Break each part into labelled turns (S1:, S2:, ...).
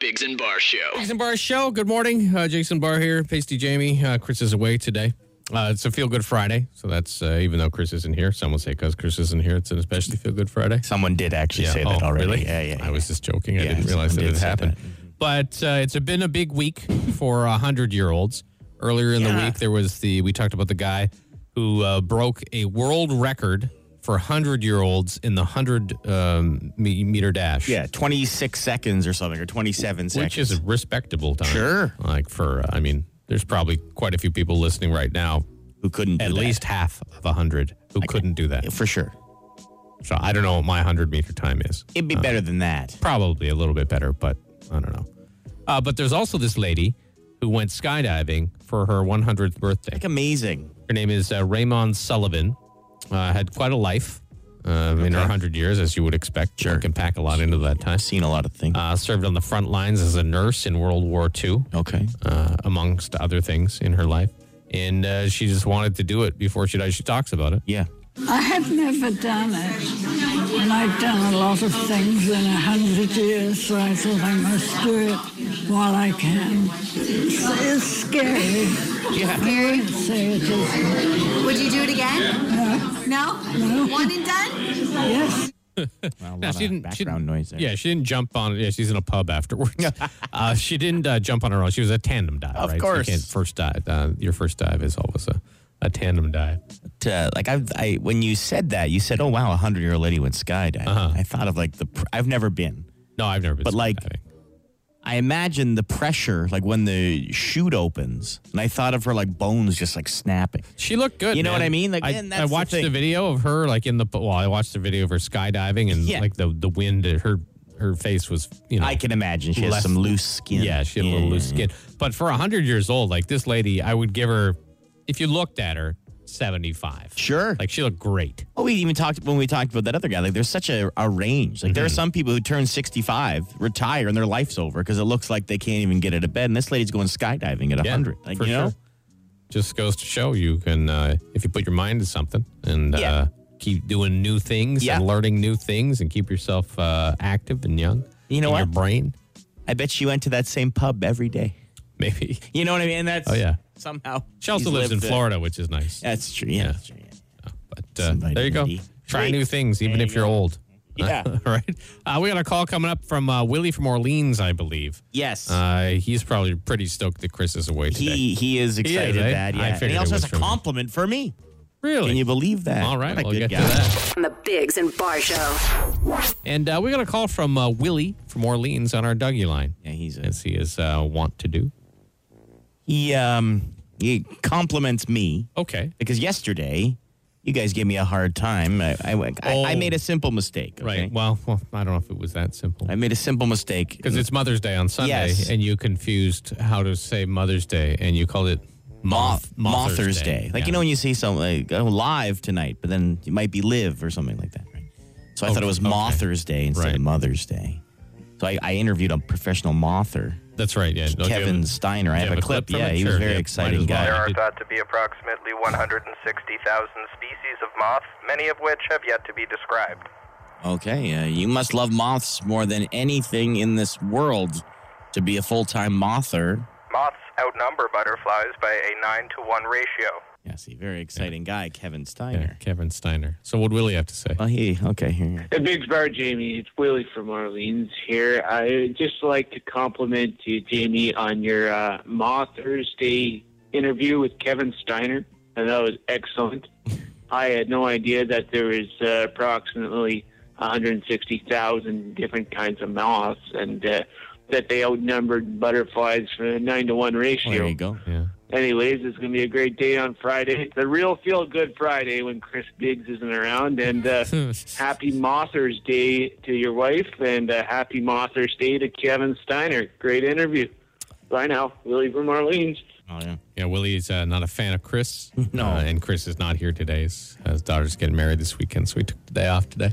S1: Biggs and Bar Show.
S2: Jason Barr Show. Good morning. Uh, Jason Barr here. Pasty Jamie. Uh, Chris is away today. Uh, it's a Feel Good Friday. So that's, uh, even though Chris isn't here, some will say because Chris isn't here, it's an especially Feel Good Friday.
S3: Someone did actually say that
S2: oh,
S3: already.
S2: Really?
S3: Yeah, yeah.
S2: I was just joking. I
S3: Yeah,
S2: didn't realize that
S3: someone
S2: it
S3: did
S2: had
S3: say
S2: happened.
S3: that. Mm-hmm.
S2: But uh, it's been a big week for 100 year olds. Earlier in the
S3: Yeah.
S2: week, there was the, we talked about the guy who uh, broke a world record for 100 year olds in the 100 um, me- meter dash.
S3: yeah, 26 seconds or something, or 27 seconds.
S2: Which is a respectable time.
S3: Sure.
S2: Like for, uh, I mean, there's probably quite a few people listening right now,
S3: who couldn't do
S2: at
S3: that.
S2: least half of a 100 who couldn't do that.
S3: for sure.
S2: So I don't know what my 100 meter time is.
S3: It'd be better than that.
S2: Probably a little bit better, but I don't know. Uh, but there's also this lady who went skydiving for her 100th birthday.
S3: Like amazing.
S2: Her name is uh, Raymond Sullivan. Uh, had quite a life uh, in her 100 years, as you would expect. Sure. Can pack a lot into that time.
S3: I've seen a lot of things.
S2: Uh, served on the front lines as a nurse in World War II.
S3: okay.
S2: uh, amongst other things in her life. And uh, she just wanted to do it before she died. She talks about it.
S3: Yeah.
S4: I have never done it. And I've done a lot of things in a hundred years, so I thought I must do it while I can. It's, it's scary.
S5: Mary,
S4: Say it is.
S5: would you do it again? No. One and done?
S4: Yes.
S3: Well, a
S2: Now,
S3: lot of background noise there.
S2: Yeah, she didn't jump on. Yeah, she's in a pub afterwards. uh, she didn't uh, jump on her own. She was a tandem dive.
S3: Of
S2: right?
S3: course.
S2: so you can't first dive. Uh, your first dive is always a, a tandem dive.
S3: But, uh, like I, I, when you said that, you said, "Oh wow, a hundred-year-old lady went skydiving."
S2: Uh-huh.
S3: I thought of like the. Pr- I've never been.
S2: No, I've never been.
S3: But, like,
S2: skydiving.
S3: I imagine the pressure, like when the chute opens, and I thought of her like bones just like snapping.
S2: She looked good.
S3: You know what
S2: man.
S3: I mean? Like,
S2: I,
S3: man, that's
S2: I
S3: the
S2: watched the,
S3: thing.
S2: video of her like in the well. I watched the video of her skydiving and
S3: Yeah.
S2: like the the wind. Her her face was you know
S3: I can imagine she
S2: Less-
S3: has some loose skin.
S2: Yeah, she had a little
S3: yeah,
S2: loose
S3: yeah.
S2: skin. But for 100 years old, like this lady, I would give her, if you looked at her, 75.
S3: Sure.
S2: Like she looked great.
S3: Well, we even talked when we talked about that other guy. Like, there's such a, a range. Like, there
S2: Mm-hmm.
S3: are some people who turn 65, retire, and their life's over because it looks like they can't even get out of bed. And this lady's going skydiving at 100. Like,
S2: for
S3: you know,
S2: sure. Just goes to show you can, uh, if you put your mind to something and uh,
S3: Yeah.
S2: keep doing new things
S3: Yeah.
S2: and learning new things and keep yourself uh, active and young.
S3: You know
S2: in
S3: what?
S2: Your brain,
S3: I bet she went to that same pub every day.
S2: maybe.
S3: You know what I mean? And that's
S2: Oh, yeah.
S3: somehow
S2: She also
S3: she's
S2: lives
S3: lived
S2: in
S3: the-
S2: Florida, which is nice.
S3: That's true. Yeah.
S2: Yeah.
S3: that's true, yeah.
S2: But uh,
S3: Somebody
S2: there you go.
S3: needy.
S2: Try
S3: Hey,
S2: new things, even
S3: there
S2: if
S3: you
S2: you're
S3: go.
S2: old.
S3: Yeah.
S2: All right. Uh, we got a call coming up from uh, Willie from Orleans, I believe.
S3: Yes.
S2: Uh, he's probably pretty stoked that Chris is away today.
S3: he he is excited
S2: eh?
S3: that.
S2: I
S3: Yeah. And
S2: figured
S3: he
S2: it
S3: also
S2: was
S3: has a
S2: from him.
S3: compliment for me.
S2: really?
S3: Can you believe that?
S2: All right,
S3: What a
S2: we'll
S3: good
S2: get
S3: guy.
S2: to that.
S6: on the Bigs and Bar Show.
S2: And uh, we got a call from uh, Willie from Orleans on our Dougie line,
S3: Yeah, he's a,
S2: as he is uh, wont to do.
S3: he um he compliments me.
S2: Okay.
S3: because yesterday you guys gave me a hard time. I, I, I, I
S2: Oh.
S3: made a simple mistake. okay?
S2: Right. Well, well, I don't know if it was that simple.
S3: I made a simple mistake.
S2: Because it's Mother's Day on Sunday,
S3: Yes.
S2: and you confused how to say Mother's Day, and you called it Moth,
S3: Mothers Day. Like, you know, when you say something like, oh, live tonight, but then it might be live or something like that. Right? So I thought
S2: Okay,
S3: it was
S2: okay.
S3: Mothers Day instead
S2: Right.
S3: of Mother's Day. So I, I interviewed a professional mother,
S2: That's right. Yeah. No, do you have-
S3: Kevin Steiner. I
S2: you
S3: have,
S2: have
S3: a
S2: a clip
S3: clip.
S2: from
S3: yeah,
S2: it?
S3: he was
S2: Sure,
S3: a very
S2: yeah, might as
S3: exciting
S2: well.
S3: guy.
S7: There are
S2: did-
S7: thought to be approximately 160,000 species of moth, many of which have yet to be described.
S3: Okay, uh, you must love moths more than anything in this world to be a full-time mother.
S7: Moths outnumber butterflies by a 9 to 1 ratio.
S3: Yeah, see, very exciting guy, Kevin Steiner.
S2: Yeah, Oh, Kevin Steiner. So what Willie have to say?
S3: Well, he okay. Here, here.
S8: The Big Bar Jamie, it's Willie from Orleans here. I just like to compliment you, Jamie, on your uh, Ma Thursday interview with Kevin Steiner, and that was excellent. I had no idea that there was uh, approximately 160,000 different kinds of moths, and uh, that they outnumbered butterflies for a nine to one ratio.
S3: there you go.
S2: Yeah.
S8: Anyways, it's going to be a great day on Friday. It's a real feel good Friday when Chris Biggs isn't around. And uh, happy Mothers Day to your wife, and uh, happy Mothers Day to Kevin Steiner. Great interview. Bye now. Willie from Orleans.
S3: Oh, yeah.
S2: Yeah, Willie's uh, not a fan of Chris.
S3: No.
S2: Uh, and Chris is not here today. His, his daughter's getting married this weekend, so we took the day off today.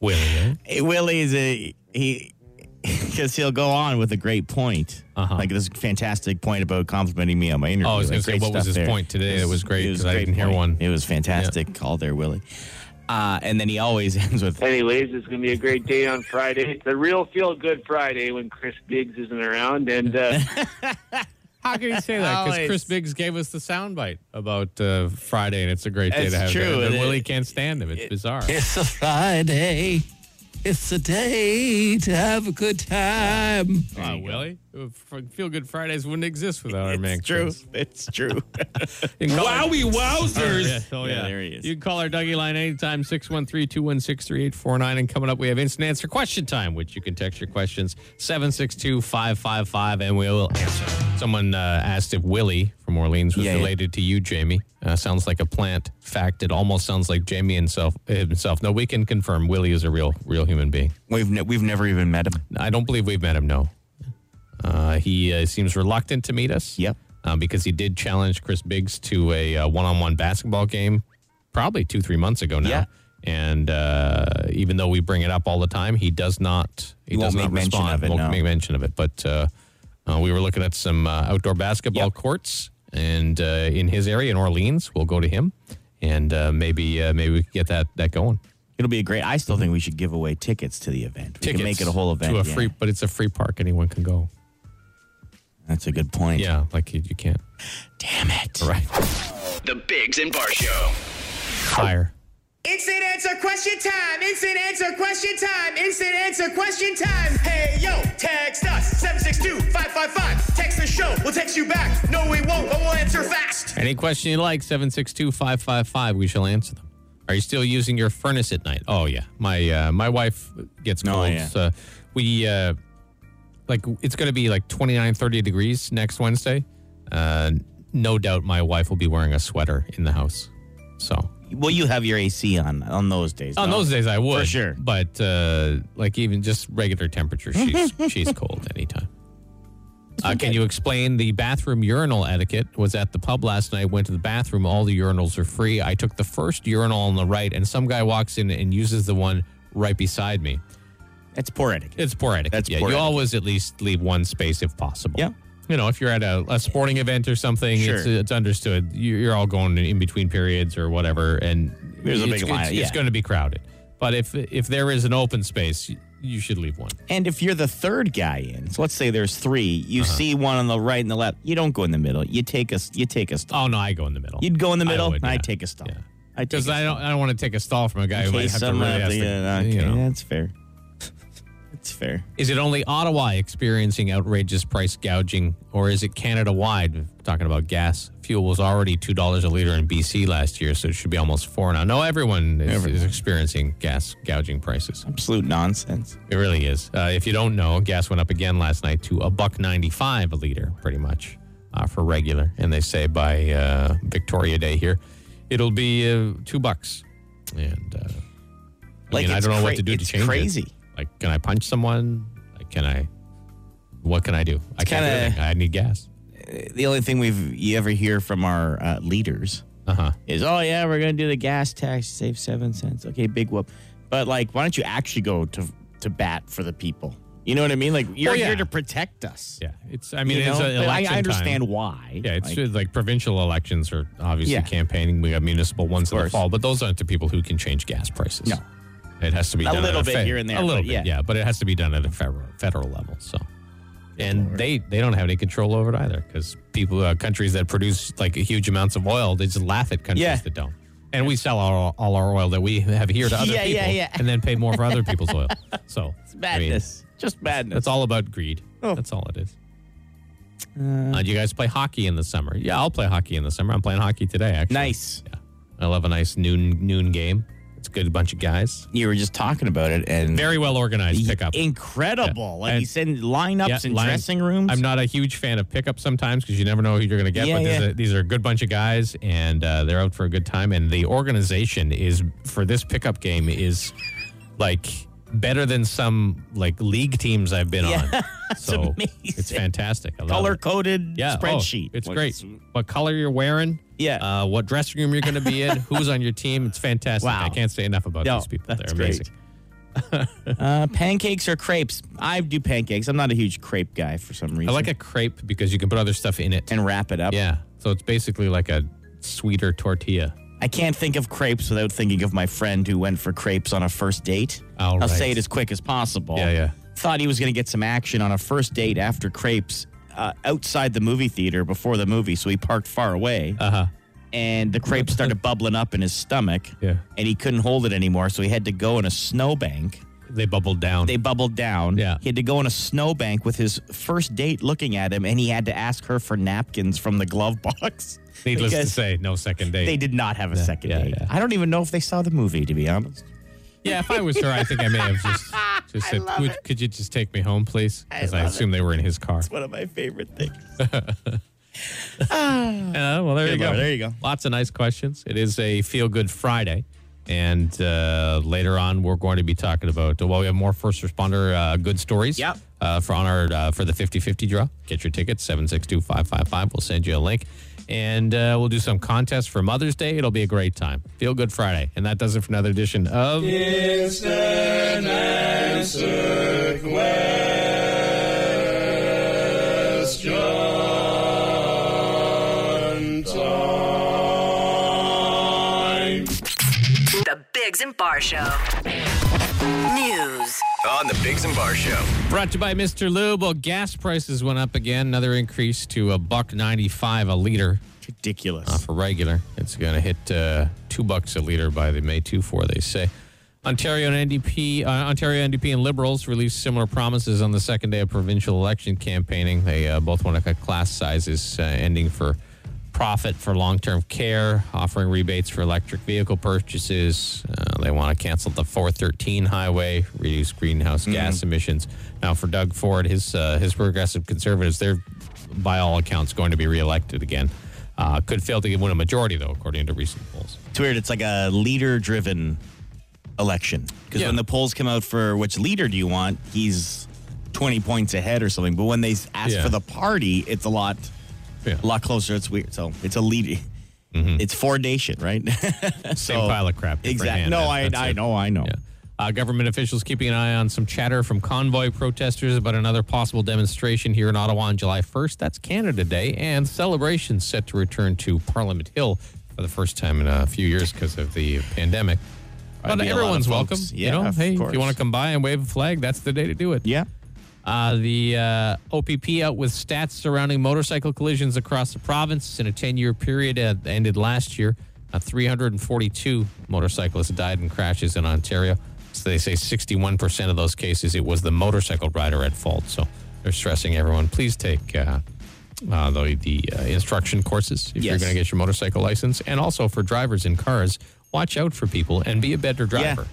S2: Willie, eh?
S3: Hey, Willie is a he because he'll go on with a great point,
S2: Uh-huh.
S3: like this fantastic point about complimenting me on my interview.
S2: Oh, I was gonna
S3: Like,
S2: say,
S3: great
S2: what was
S3: stuff
S2: his point today? That was great,
S3: it was
S2: 'cause
S3: a
S2: I
S3: great
S2: didn't hear
S3: point.
S2: one.
S3: It was fantastic. Call there, Willie. Uh, and then he always ends with,
S8: Anyways, it's going to be a great day on Friday. It's a real feel good Friday when Chris Biggs isn't around. And uh,
S2: How can you say that? Because
S3: Always.
S2: Chris Biggs gave us the soundbite about uh, Friday, and it's a great day
S3: It's
S2: to have.
S3: true,
S2: Him.
S3: and
S2: And
S3: it-
S2: Willie can't stand him. It's bizarre.
S1: It's a Friday. It's a day to have a good time.
S2: Wow, Willie, Feel Good Fridays wouldn't exist without our man.
S3: "It's true,
S2: Chris.
S3: it's true."
S2: You can call our-
S1: Wowie wowzers.
S2: Yeah, oh,
S3: Yeah,
S2: yeah.
S3: there he is.
S2: You can call our Dougie line anytime, 613 216 3849. And coming up, we have instant answer question time, which you can text your questions 762 555, and we'll answer. Someone uh, asked if Willie from Orleans was
S3: Yeah, yeah.
S2: related to you, Jamie. Uh, sounds like a plant fact. It almost sounds like Jamie himself. himself. No, we can confirm Willie is a real, real human being.
S3: we've ne- we've never even met him.
S2: I don't believe we've met him, no. Uh, he uh, seems reluctant to meet us.
S3: Yep.
S2: Uh, because he did challenge Chris Biggs to a one on one basketball game probably two, three months ago now.
S3: Yeah.
S2: And uh, even though we bring it up all the time, he does not. He,
S3: He won't
S2: does not
S3: make mention
S2: respond.
S3: of it,
S2: Won't
S3: no.
S2: make mention of it. But uh, uh, we were looking at some uh, outdoor basketball
S3: Yep.
S2: courts, and uh, in his area in Orleans, we'll go to him, and uh, maybe uh, maybe we can get that that going.
S3: It'll be a great. I still think we should give away tickets to the event. We
S2: Tickets
S3: can make it a whole event.
S2: to a
S3: yeah.
S2: free, but it's a free park. Anyone can go.
S3: That's a good point.
S2: Yeah, like you, you can't.
S3: Damn it.
S2: Right.
S9: The Bigs and Bar Show.
S2: Fire.
S10: Instant answer question time. Instant answer question time. Instant answer question time. Hey, yo, text us 762 555. Text the show. We'll text you back. No, we won't, but we'll answer fast.
S2: Any question you like, 762 555, we shall answer them. Are you still using your furnace at night? Oh, yeah. My uh, my wife gets
S3: Oh,
S2: colds.
S3: yeah.
S2: uh, we, uh, like, it's going to be like 29, 30 degrees next Wednesday. Uh, no doubt my wife will be wearing a sweater in the house. So,
S3: Well, you have your AC on on those days.
S2: on
S3: no?
S2: Oh, those days, I would.
S3: sure.
S2: But, uh, like, even just regular temperature, she's, she's cold anytime. Uh, can you explain the bathroom urinal etiquette? Was at the pub last night, went to the bathroom, all the urinals are free. I took the first urinal on the right, and some guy walks in and uses the one right beside me.
S3: That's poor etiquette.
S2: It's poor etiquette.
S3: That's
S2: yeah,
S3: poor
S2: you
S3: etiquette.
S2: always at least leave one space if possible.
S3: Yeah.
S2: You know, if you're at a, a sporting event or something, it's,
S3: Sure.
S2: it's understood. You- You're all going in between periods or whatever, and
S3: There's a
S2: it's,
S3: big
S2: it's,
S3: line,
S2: It's
S3: yeah.
S2: going to be crowded. But if if there is an open space, you- you should leave one.
S3: And if you're the third guy in, so let's say there's three, you
S2: Uh-huh.
S3: see one on the right and the left. You don't go in the middle. You take us. You take a stall.
S2: Oh no, I go in the middle.
S3: You'd go in the
S2: I
S3: middle.
S2: would,
S3: and I
S2: yeah.
S3: take a stall.
S2: Yeah.
S3: I take
S2: Because
S3: a
S2: I don't, I don't want to take a stall from a guy who might
S3: case
S2: have to
S3: I'm
S2: really
S3: not
S2: ask
S3: the- uh,
S2: the-
S3: yeah,
S2: you
S3: okay,
S2: know.
S3: that's fair. That's fair.
S2: Is it only Ottawa experiencing outrageous price gouging, or is it Canada wide? Talking about gas, fuel was already two dollars a liter in BC last year, so it should be almost four now. No, everyone is, is experiencing gas gouging prices.
S3: Absolute nonsense.
S2: It really is. Uh, if you don't know, gas went up again last night to a buck ninety-five a liter, pretty much uh, for regular. And they say by uh, Victoria Day here, it'll be uh, two bucks. And uh, I
S3: Like,
S2: mean, I
S3: it's
S2: don't know
S3: cra-
S2: what to do to
S3: it's
S2: change it.
S3: crazy.
S2: Like, can I punch someone? Like, can I? What can I do? I can't. do
S3: kinda-
S2: anything. I need gas.
S3: The only thing we've you ever hear from our uh, leaders
S2: Uh huh.
S3: is, oh yeah, we're gonna do the gas tax, save seven cents. Okay, big whoop. But like, why don't you actually go to to bat for the people? You know what I mean? Like, you're
S2: Oh, yeah.
S3: here to protect us.
S2: Yeah. It's. I mean,
S3: You
S2: it's
S3: know?
S2: an
S3: But I,
S2: election
S3: I understand
S2: time.
S3: why.
S2: Yeah, it's
S3: Like,
S2: just like provincial elections are obviously
S3: Yeah.
S2: campaigning. We got municipal ones in the
S3: course.
S2: fall, but those aren't the people who can change gas prices.
S3: No.
S2: It has to be
S3: A
S2: done at
S3: little bit
S2: fed-
S3: here and there,
S2: A little
S3: but
S2: bit,
S3: yeah.
S2: yeah. but it has to be done at a federal federal level. So, and they they don't have any control over it either because people uh, countries that produce like huge amounts of oil, they just laugh at countries
S3: Yeah.
S2: that don't. And we sell all, all our oil that we have here to other
S3: Yeah, yeah,
S2: people,
S3: yeah.
S2: and then pay more for other people's oil. So it's
S3: madness. just madness.
S2: that's all about greed.
S3: Oh.
S2: That's all it is. Uh, do you guys play hockey in the summer? Yeah, I'll play hockey in the summer. I'm playing hockey today, actually.
S3: Nice.
S2: I love a nice noon noon game. It's a good bunch of guys.
S3: You were just talking about it, and
S2: Very well organized pickup.
S3: incredible.
S2: Yeah.
S3: Like
S2: And-
S3: you said, lineups and
S2: line-
S3: dressing rooms.
S2: I'm not a huge fan of pickup sometimes because you never know who you're going to get.
S3: Yeah,
S2: but these
S3: yeah.
S2: are- these are a good bunch of guys, and uh, they're out for a good time. And the organization is for this pickup game is like better than some like league teams I've been on. So
S3: amazing.
S2: it's fantastic. I love
S3: color
S2: it.
S3: coded
S2: yeah, oh,
S3: spreadsheet.
S2: it's
S3: Like,
S2: great. What color you're wearing?
S3: Yeah.
S2: Uh, what dressing room you're going to be in? who's on your team? It's fantastic.
S3: Wow.
S2: I can't say enough about
S3: No,
S2: these people.
S3: that's
S2: they're
S3: great.
S2: amazing.
S3: Uh, pancakes or crepes? I do pancakes. I'm not a huge crepe guy for some reason.
S2: I like a crepe because you can put other stuff in it.
S3: and wrap it up.
S2: Yeah. So it's basically like a sweeter tortilla.
S3: I can't think of crepes without thinking of my friend who went for crepes on a first date.
S2: All
S3: I'll
S2: right.
S3: say it as quick as possible.
S2: Yeah, yeah.
S3: Thought he was going to get some action on a first date after crepes uh, outside the movie theater before the movie, so he parked far away. Uh
S2: Uh-huh.
S3: huh. And the crepe started bubbling up in his stomach.
S2: Yeah.
S3: And he couldn't hold it anymore, so he had to go in a snowbank.
S2: They bubbled down.
S3: They bubbled down.
S2: Yeah.
S3: He had to go in a snowbank with his first date looking at him, and he had to ask her for napkins from the glove box.
S2: Needless to
S3: Because-
S2: say, no second date.
S3: they did not have a second
S2: yeah,
S3: date.
S2: yeah.
S3: I don't even know if they saw the movie, to be honest.
S2: Yeah, if I was her, I think I may have just just said, could, could you just take me home, please? Because I, assume they were in his car.
S3: One of my favorite things.
S2: Uh, well, there
S3: Good
S2: you go.
S3: Lord, there you go.
S2: Lots of nice questions. It is a feel good Friday. And uh, later on, we're going to be talking about, well, we have more first responder uh, good stories.
S3: Yep.
S2: Uh, for on our uh, for the 50 50 draw. Get your tickets, 762 555. We'll send you a link. And uh, we'll do some contests for Mother's Day. It'll be a great time. Feel Good Friday. And that does it for another edition of.
S6: The Bigs and Bar Show. News.
S9: On the Bigs and Bar Show.
S2: Brought to you by Mr. Lube. Well, gas prices went up again. Another increase to a buck ninety-five a liter
S3: Ridiculous.
S2: for regular. It's going to hit uh, two bucks a liter by the May two four. They say. Ontario and NDP, uh, Ontario NDP and Liberals released similar promises on the second day of provincial election campaigning. They uh, both want to cut class sizes, uh, ending for profit for long-term care, offering rebates for electric vehicle purchases. Uh, they want to cancel the 413 highway, reduce greenhouse gas emissions. Now, for Doug Ford, his uh, his progressive conservatives, they're by all accounts going to be reelected again. Uh, could fail to win a majority, though, according to recent polls.
S3: It's weird. It's like a leader driven election. Because
S2: Yeah.
S3: when the polls come out for which leader do you want, he's 20 points ahead or something. But when they ask
S2: Yeah.
S3: for the party, it's a lot
S2: Yeah.
S3: a lot closer. It's weird. So it's a leader.
S2: Mm-hmm.
S3: It's for nation, right?
S2: Same pile of crap. different
S3: Exactly.
S2: hand.
S3: No,
S2: That-
S3: I,
S2: that's
S3: I
S2: it.
S3: know, I know.
S2: Yeah. Uh, government officials keeping an eye on some chatter from convoy protesters about another possible demonstration here in Ottawa on July 1st. That's Canada Day, and celebrations set to return to Parliament Hill for the first time in a few years because of the pandemic. But
S3: Probably be a lot of
S2: everyone's welcome.
S3: folks.
S2: you
S3: Yeah,
S2: know,
S3: of
S2: hey, if
S3: course.
S2: you want to come by and wave a flag, that's the day to do it.
S3: Yeah.
S2: Uh, the uh, OPP out with stats surrounding motorcycle collisions across the province in a 10 year period uh, ended last year. Uh, 342 motorcyclists died in crashes in Ontario. So they say 61% of those cases it was the motorcycle rider at fault. So they're stressing everyone please take uh, uh, the, the uh, instruction courses if you're
S3: Yes.
S2: going to get your motorcycle license. And also for drivers in cars, watch out for people and be a better driver.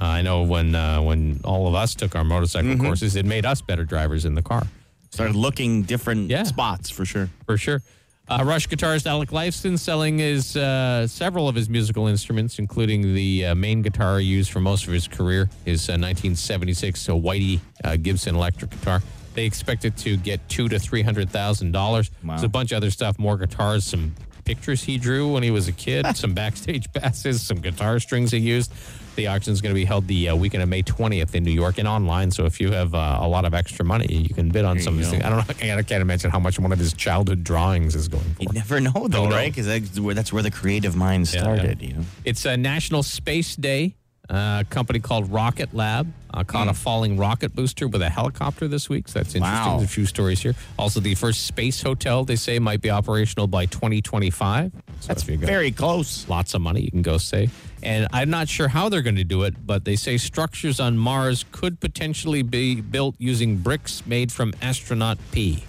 S2: Uh, I know when uh, when all of us took our motorcycle courses, it made us better drivers in the car
S3: Started looking different
S2: Yeah.
S3: spots for sure.
S2: for sure. Uh, Rush guitarist Alec Lifeson selling his uh, several of his musical instruments, including the uh, main guitar he used for most of his career, his uh, 1976 uh, Whitey uh, Gibson electric guitar. They expect it to get two to three hundred thousand dollars.
S3: Wow.
S2: There's a bunch of other stuff, more guitars, some pictures he drew when he was a kid, some backstage passes, some guitar strings he used. The auction is going to be held the uh, weekend of May 20th in New York and online. So if you have uh, a lot of extra money, you can bid on some of these things. I don't know. I can't- I can't imagine how much one of his childhood drawings is going for.
S3: You never know, though,
S2: Don't know.
S3: right? Because that's where, that's where the creative mind
S2: Yeah,
S3: started,
S2: yeah.
S3: you know?
S2: It's a National Space Day. Uh, a company called Rocket Lab uh, caught a falling rocket booster with a helicopter this week. So that's interesting.
S3: Wow.
S2: There's a few stories here. Also, the first space hotel they say might be operational by 2025. So
S3: That's
S2: if you go-
S3: very close.
S2: lots of money you can go save. And I'm not sure how they're going to do it, but they say structures on Mars could potentially be built using bricks made from astronaut pee.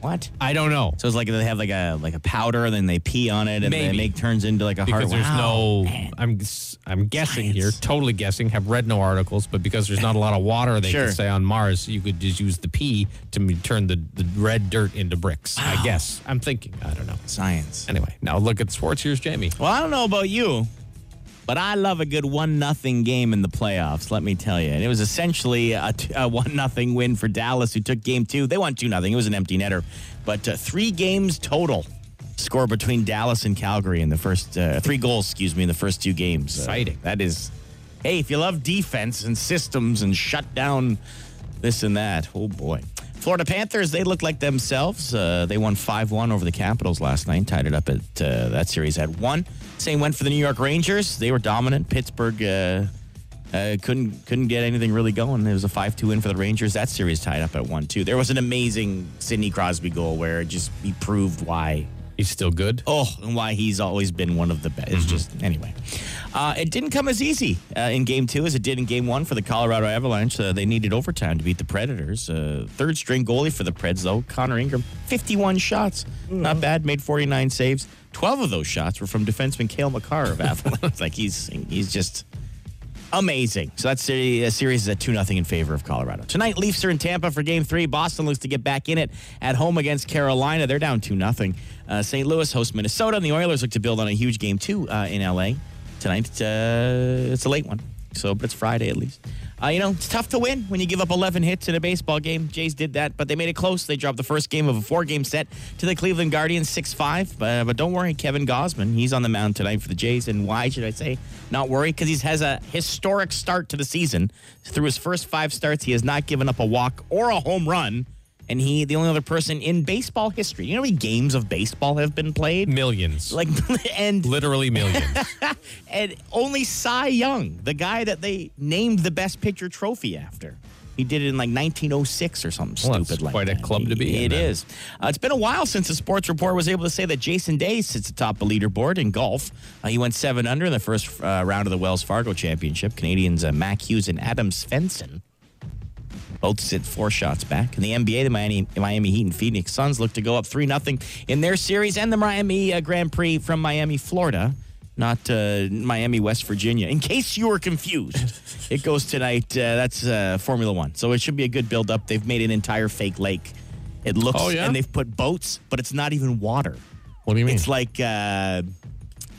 S3: What?
S2: I don't know.
S3: So it's like they have like a like a powder, and then they pee on it, and then
S2: Maybe.
S3: it make turns into like a hard.
S2: because there's
S3: Wow.
S2: no I'm s- I'm guessing here, totally guessing, have read no articles, but because there's not a lot of water they
S3: Sure.
S2: could say on Mars, you could just use the pee to m- turn the, the red dirt into bricks. I guess. I'm thinking. I don't know.
S3: science.
S2: Anyway, now look at sports. Here's Jamie.
S3: Well, I don't know about you, but I love a good one nothing game in the playoffs. Let me tell you, and it was essentially a, t- a one nothing win for Dallas, who took game two. They won two nothing. It was an empty netter, but uh, three games total score between Dallas and Calgary in the first uh, three goals. Excuse me, in the first two games. Uh,
S2: Exciting.
S3: that is, hey, if you love defense and systems and shut down this and that, oh boy. Florida Panthers, they look like themselves. Uh, they won 5 1 over the Capitals last night, tied it up at uh, that series at 1. Same went for the New York Rangers. They were dominant. Pittsburgh uh, uh, couldn't couldn't get anything really going. It was a 5 2 win for the Rangers. That series tied up at 1 2. There was an amazing Sidney Crosby goal where it just he proved why
S2: He's still good.
S3: Oh, and why he's always been one of the best. It's just, anyway. Uh, it didn't come as easy uh, in game two as it did in game one for the Colorado Avalanche. Uh, they needed overtime to beat the Predators. Uh, third string goalie for the Preds, though, Connor Ingram, 51 shots. Not bad, made 49 saves. 12 of those shots were from defenseman Kale McCarr of Avalanche. like, he's, he's just amazing. So that seri- uh, series is at 2 0 in favor of Colorado. Tonight, Leafs are in Tampa for game three. Boston looks to get back in it at home against Carolina. They're down 2 0. Uh, St. Louis hosts Minnesota, and the Oilers look to build on a huge game two uh, in LA tonight. Uh, it's a late one, so but it's Friday at least. Uh, you know, it's tough to win when you give up 11 hits in a baseball game. Jays did that, but they made it close. They dropped the first game of a four game set to the Cleveland Guardians 6 5. Uh, but don't worry, Kevin Gosman, he's on the mound tonight for the Jays. And why should I say not worry? Because he has a historic start to the season. Through his first five starts, he has not given up a walk or a home run. And he, the only other person in baseball history, you know how many games of baseball have been played?
S2: Millions.
S3: Like, and
S2: Literally millions.
S3: and only Cy Young, the guy that they named the Best Picture trophy after. He did it in like 1906 or something
S2: Well,
S3: stupid
S2: that's
S3: like
S2: quite a
S3: that.
S2: club to be
S3: It
S2: in, then.
S3: is. Uh, it's been a while since the sports report was able to say that Jason Day sits atop the leaderboard in golf. Uh, he went seven under in the first uh, round of the Wells Fargo Championship. Canadians uh, Mac Hughes and Adam Svensson both sit four shots back. In the NBA, the Miami, Miami Heat and Phoenix Suns look to go up 3 0 in their series and the Miami uh, Grand Prix from Miami, Florida, not uh, Miami, West Virginia. In case you were confused, it goes tonight. Uh, that's uh, Formula One. So it should be a good build up. They've made an entire fake lake. It looks,
S2: Oh, yeah?
S3: and they've put boats, but it's not even water.
S2: what do you mean?
S3: It's like, uh,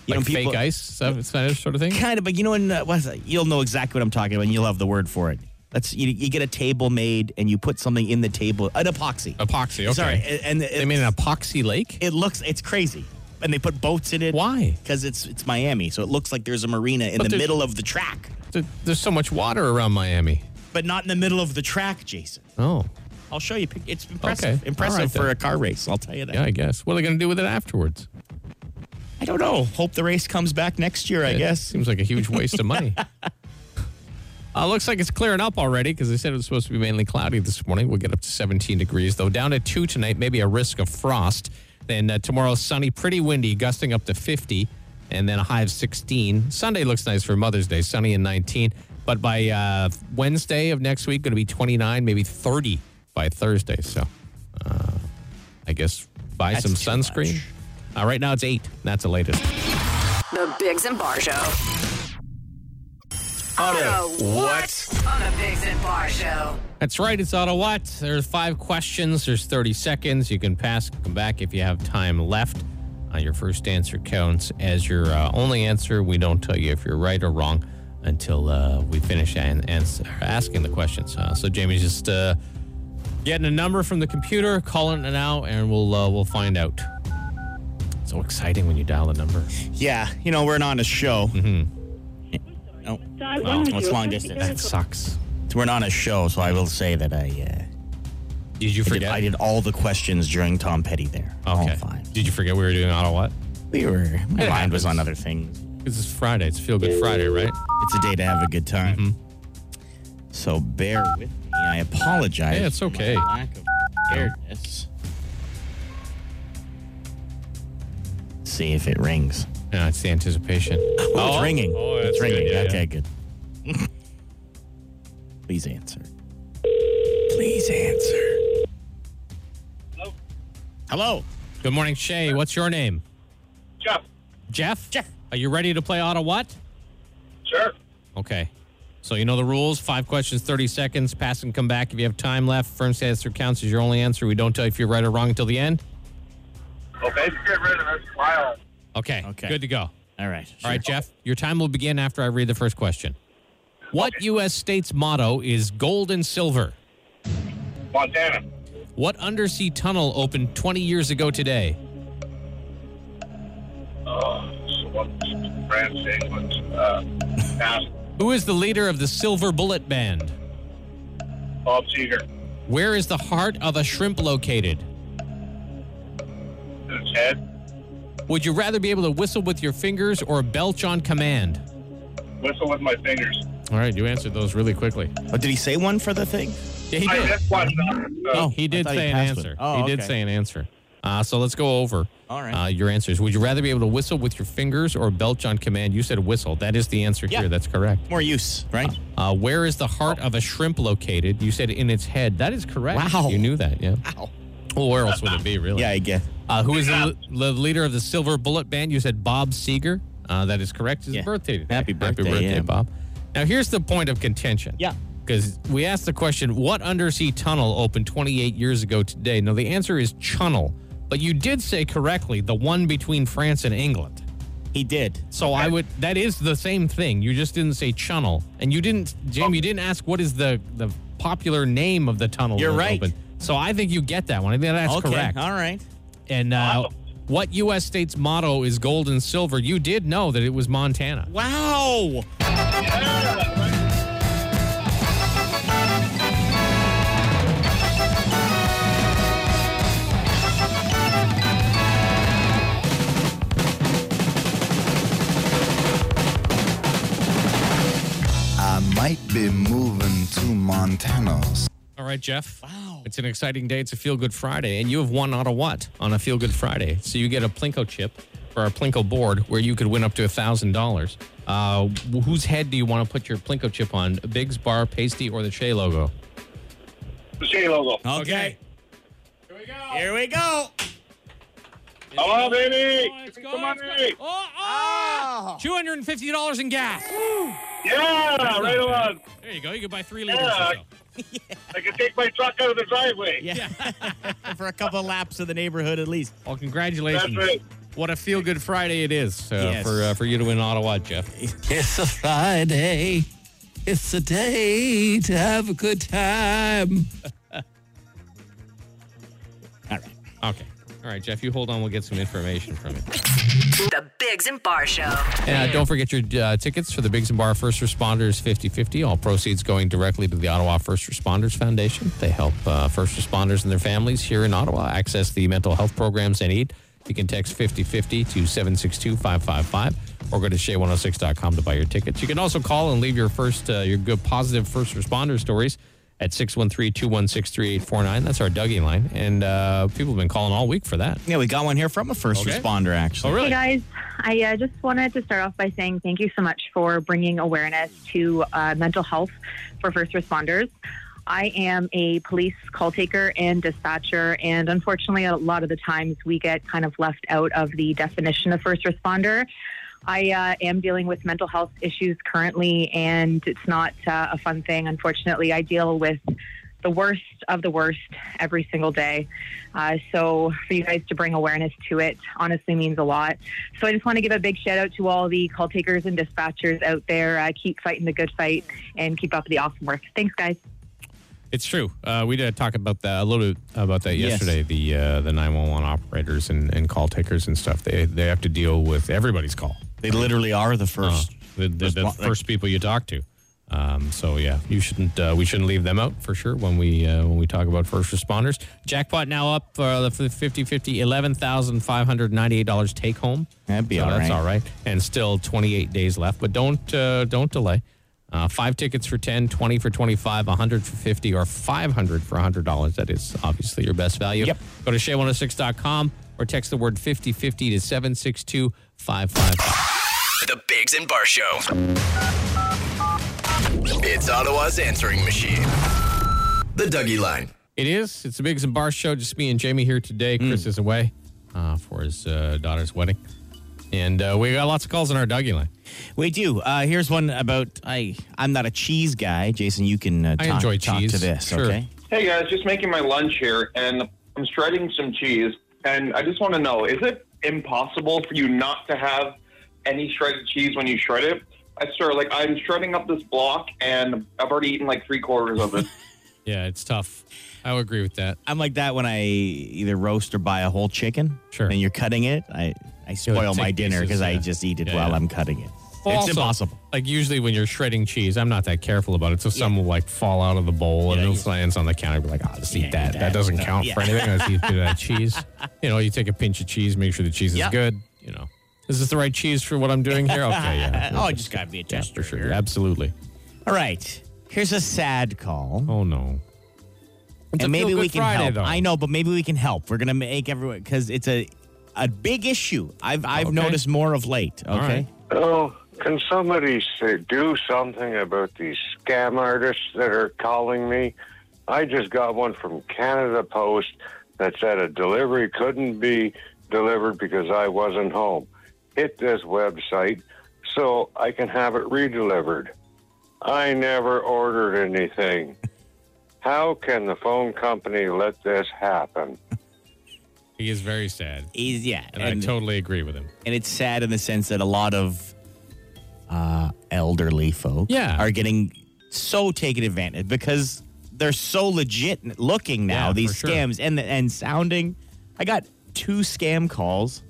S3: you know,
S2: Like
S3: people,
S2: fake ice stuff- sort of thing?
S3: Kind of, but you know, in, uh, what's that? you'll know exactly what I'm talking about, and you'll have the word for it. That's you, you get a table made, and you put something in the table, an epoxy.
S2: Epoxy. Okay.
S3: Sorry, a- and
S2: they made an epoxy lake.
S3: it looks it's crazy, and they put boats in it.
S2: Why?
S3: Because it's it's Miami, so it looks like there's a marina in
S2: But
S3: the
S2: there's-
S3: middle of the track,
S2: There- There's so much water around Miami.
S3: but not in the middle of the track, Jason.
S2: Oh,
S3: I'll show you. pic- It's impressive.
S2: Okay.
S3: Impressive
S2: All right,
S3: for
S2: then.
S3: a car race. I'll tell you that.
S2: yeah, I guess. What are they going to do with it afterwards?
S3: I don't know. Hope the race comes back next year. I
S2: It
S3: guess.
S2: Seems like a huge waste of money. Uh, looks like it's clearing up already because they said it was supposed to be mainly cloudy this morning. We'll get up to 17 degrees, though. Down to two tonight, maybe a risk of frost. Then uh, tomorrow, sunny, pretty windy, gusting up to 50, and then a high of 16. Sunday looks nice for Mother's Day, sunny and 19. But by uh, Wednesday of next week, going to be 29, maybe 30 by Thursday. So uh, I guess buy
S3: That's
S2: some
S3: too much.
S2: sunscreen. Uh, right now, it's eight. That's the latest.
S6: The Bigs and Bar Show. Auto what? On the Bigs and Bar Show.
S2: That's right. It's Auto What. There's five questions. There's 30 seconds. You can pass, come back if you have time left. Uh, your first answer counts as your uh, only answer. We don't tell you if you're right or wrong until uh, we finish an- ans- asking the questions. Uh, so Jamie's just uh, getting a number from the computer, calling it out, and we'll uh, we'll find out. So exciting when you dial a number.
S3: Yeah, you know we're an honest show. Mm-hmm. No, well, it's long
S2: That
S3: distance.
S2: sucks.
S3: We're an honest show, so I will say that I, uh,
S2: Did you
S3: I, did,
S2: forget?
S3: I did all the questions during Tom Petty there.
S2: Okay.
S3: All fine.
S2: Did you forget we were doing Auto What?
S3: We were. My
S2: It
S3: mind was
S2: happens.
S3: on other things.
S2: Because it's Friday. It's Feel Good Friday, right?
S3: It's a day to have a good time. So bear with me. I apologize.
S2: Mm-hmm. Hey, it's
S3: for my
S2: okay.
S3: Lack of preparedness. See if it rings.
S2: No, it's the anticipation.
S3: Oh, it's ringing.
S2: Oh, that's
S3: it's ringing.
S2: good, yeah,
S3: okay,
S2: yeah.
S3: good. Please answer. Please answer. Hello.
S2: Good morning, Shay. What's your name?
S11: Jeff,
S2: Jeff?
S3: Jeff.
S2: Are you ready to play Auto What?
S11: sure.
S2: Okay. So you know the rules. Five questions, 30 seconds. Pass and come back if you have time left. First answer counts as your only answer. We don't tell you if you're right or wrong until the end.
S11: Okay, get rid of this file.
S2: Okay.
S3: Okay.
S2: Good to go.
S3: All right.
S2: All right, Jeff. Your time will begin after I read the first question. What U.S. state's motto is gold and silver?
S11: Montana,
S2: What undersea tunnel opened 20 years ago today?
S11: uh, France, England, uh, pass.
S2: Who is the leader of the Silver Bullet Band?
S11: Bob Seeger,
S2: Where is the heart of a shrimp located?
S11: His head.
S2: Would you rather be able to whistle with your fingers or belch on command?
S11: Whistle with my fingers.
S2: All right, you answered those really quickly.
S3: Oh, did he say one for the thing?
S2: Yeah, he
S11: I
S2: did.
S11: missed one. uh,
S3: Oh.
S2: He did
S3: I thought he
S2: say an
S3: passed one.
S2: answer.
S3: Oh,
S2: he did
S3: okay.
S2: say an answer. Uh, so let's go over
S3: All right.
S2: uh, your answers. Would you rather be able to whistle with your fingers or belch on command? You said whistle. That is the answer
S3: Yeah.
S2: here. That's correct.
S3: More use, right?
S2: Uh, where is the heart of a shrimp located? You said in its head. That is correct.
S3: Wow.
S2: You knew that, yeah.
S3: Ow.
S2: Well, where else would it be, really?
S3: Yeah, I guess.
S2: Uh, who is the, l- the leader of the Silver Bullet Band? You said Bob Seger. Uh, that is correct. His
S3: Yeah.
S2: birthday today.
S3: Happy birthday, yeah.
S2: Bob. Now, here's the point of contention.
S3: Yeah.
S2: Because we asked the question, what undersea tunnel opened 28 years ago today? Now, the answer is Chunnel. But you did say correctly the one between France and England.
S3: He did.
S2: So I would, that is the same thing. You just didn't say Chunnel. And you didn't, Jim,
S3: Oh.
S2: you didn't ask what is the, the popular name of the tunnel.
S3: You're
S2: that was
S3: right.
S2: opened. So I think you get that one. I think that's
S3: okay.
S2: correct.
S3: All right.
S2: And uh, what U.S. state's motto is gold and silver? You did know that it was Montana.
S3: Wow.
S12: I might be moving to Montana.
S2: All right, Jeff.
S3: Wow.
S2: It's an exciting day. It's a Feel Good Friday, and you have won out of what on a Feel Good Friday. So you get a Plinko chip for our Plinko board, where you could win up to thousand dollars. Uh, wh- whose head do you want to put your Plinko chip on? Biggs Bar, Pasty, or the Shea logo?
S11: The Shea logo.
S3: Okay. Here we go. Here we go.
S11: Come on, baby.
S2: Oh,
S11: Come on, Ah. baby.
S2: Two hundred and fifty dollars in gas.
S11: Yeah, right on.
S2: There you go. You could buy three liters.
S11: liters or Yeah. so. I can take my truck out of the driveway.
S3: Yeah. For a couple of laps of the neighborhood at least.
S2: Well, congratulations.
S11: That's right.
S2: What a feel good Friday it is uh,
S3: Yes.
S2: for uh, for you to win Ottawa, Jeff.
S1: It's a Friday. It's a day to have a good time.
S3: All right.
S2: Okay. All right, Jeff, you hold on. We'll get some information from you.
S6: The Bigs and Bar Show.
S2: And uh, don't forget your uh, tickets for the Biggs and Bar First Responders 50 50. All proceeds going directly to the Ottawa First Responders Foundation. They help uh, first responders and their families here in Ottawa access the mental health programs they need. You can text 5050 to 762 555 or go to shay106.com to buy your tickets. You can also call and leave your first, uh, your good positive first responder stories at 613 216 3849. That's our Dougie line. And uh, people have been calling all week for that.
S3: Yeah, we got one here from a first
S2: Okay.
S3: responder, actually.
S2: really?
S13: Hey guys, I uh, just wanted to start off by saying thank you so much for bringing awareness to uh, mental health for first responders. I am a police call taker and dispatcher, and unfortunately, a lot of the times we get kind of left out of the definition of first responder. I uh, am dealing with mental health issues currently, and it's not uh, a fun thing. Unfortunately, I deal with the worst of the worst every single day. Uh, so, for you guys to bring awareness to it honestly means a lot. So, I just want to give a big shout out to all the call takers and dispatchers out there. Uh, keep fighting the good fight and keep up the awesome work. Thanks, guys.
S2: It's true. Uh, we did talk about that a little bit about that
S3: Yes.
S2: yesterday. The uh, the nine one one operators and, and call takers and stuff. They they have to deal with everybody's call.
S3: They literally are the
S2: Uh,
S3: first.
S2: the, the, the
S3: respon-
S2: first people you talk to. Um, so yeah, you shouldn't. Uh, we shouldn't leave them out for sure when we uh, when we talk about first responders. Jackpot now up for the 50-50, eleven thousand five hundred ninety eight dollars take home.
S3: That'd be
S2: So
S3: all
S2: that's
S3: right.
S2: all right. And still 28 days left, but don't uh, don't delay. Uh, five tickets for 10, 20 for 25, 100 for 50, or 500 for $100. That is obviously your best value.
S3: Yep.
S2: Go to shay106.com or text the word 5050 to 762 555.
S9: The Bigs and Bar Show. It's Ottawa's answering machine. The Dougie Line.
S2: It is. It's the Biggs and Bar Show. Just me and Jamie here today.
S3: Hmm.
S2: Chris is away uh, for his uh, daughter's wedding. And uh, we got lots of calls on our Dougie line.
S3: We do. Uh, here's one about I. I'm not a cheese guy, Jason. You can uh,
S2: I
S3: talk,
S2: enjoy
S3: talk
S2: cheese.
S3: to this.
S2: Sure.
S3: Okay.
S11: Hey guys, just making my lunch here, and I'm shredding some cheese. And I just want to know: is it impossible for you not to have any shredded cheese when you shred it? I swear, like I'm shredding up this block, and I've already eaten like three quarters of it.
S2: Yeah, it's tough. I would agree with that.
S3: I'm like that when I either roast or buy a whole chicken.
S2: Sure.
S3: And you're cutting it. I I spoil
S2: take
S3: my dinner
S2: pieces,
S3: because I
S2: yeah.
S3: just eat it
S2: Yeah,
S3: while
S2: yeah.
S3: I'm cutting it. It's impossible.
S2: Like usually when you're shredding cheese, I'm not that careful about it. So some will like fall out of the bowl and it'll lands on the counter. I'll be like, I'll just eat that. that. doesn't count for anything. I just eat a bit of that cheese. You know, you take a pinch of cheese, make sure the cheese
S3: Yeah.
S2: is good. You know, is this the right cheese for what I'm doing here? Okay, yeah.
S3: oh, it just got to be a
S2: yeah,
S3: test.
S2: for sure. Absolutely.
S3: All right. Here's a sad call.
S2: Oh no. It's a
S3: and maybe
S2: feel-good
S3: we can
S2: Friday,
S3: help.
S2: though.
S3: I know, but maybe we can help. We're gonna make everyone because it's a a big issue. I've I've
S2: Okay.
S3: noticed more of late. Okay.
S2: right.
S14: Oh, can somebody say, do something about these scam artists that are calling me? I just got one from Canada Post that said a delivery couldn't be delivered because I wasn't home. Hit this website so I can have it redelivered. I never ordered anything. How can the phone company let this happen?
S2: He is very sad,
S3: He's yeah,
S2: and, I totally agree with him.
S3: and it's sad in the sense that a lot of uh, elderly folk
S2: Yeah.
S3: are getting so taken advantage because they're so legit looking now
S2: Yeah,
S3: these
S2: for sure.
S3: scams and and sounding i got two scam calls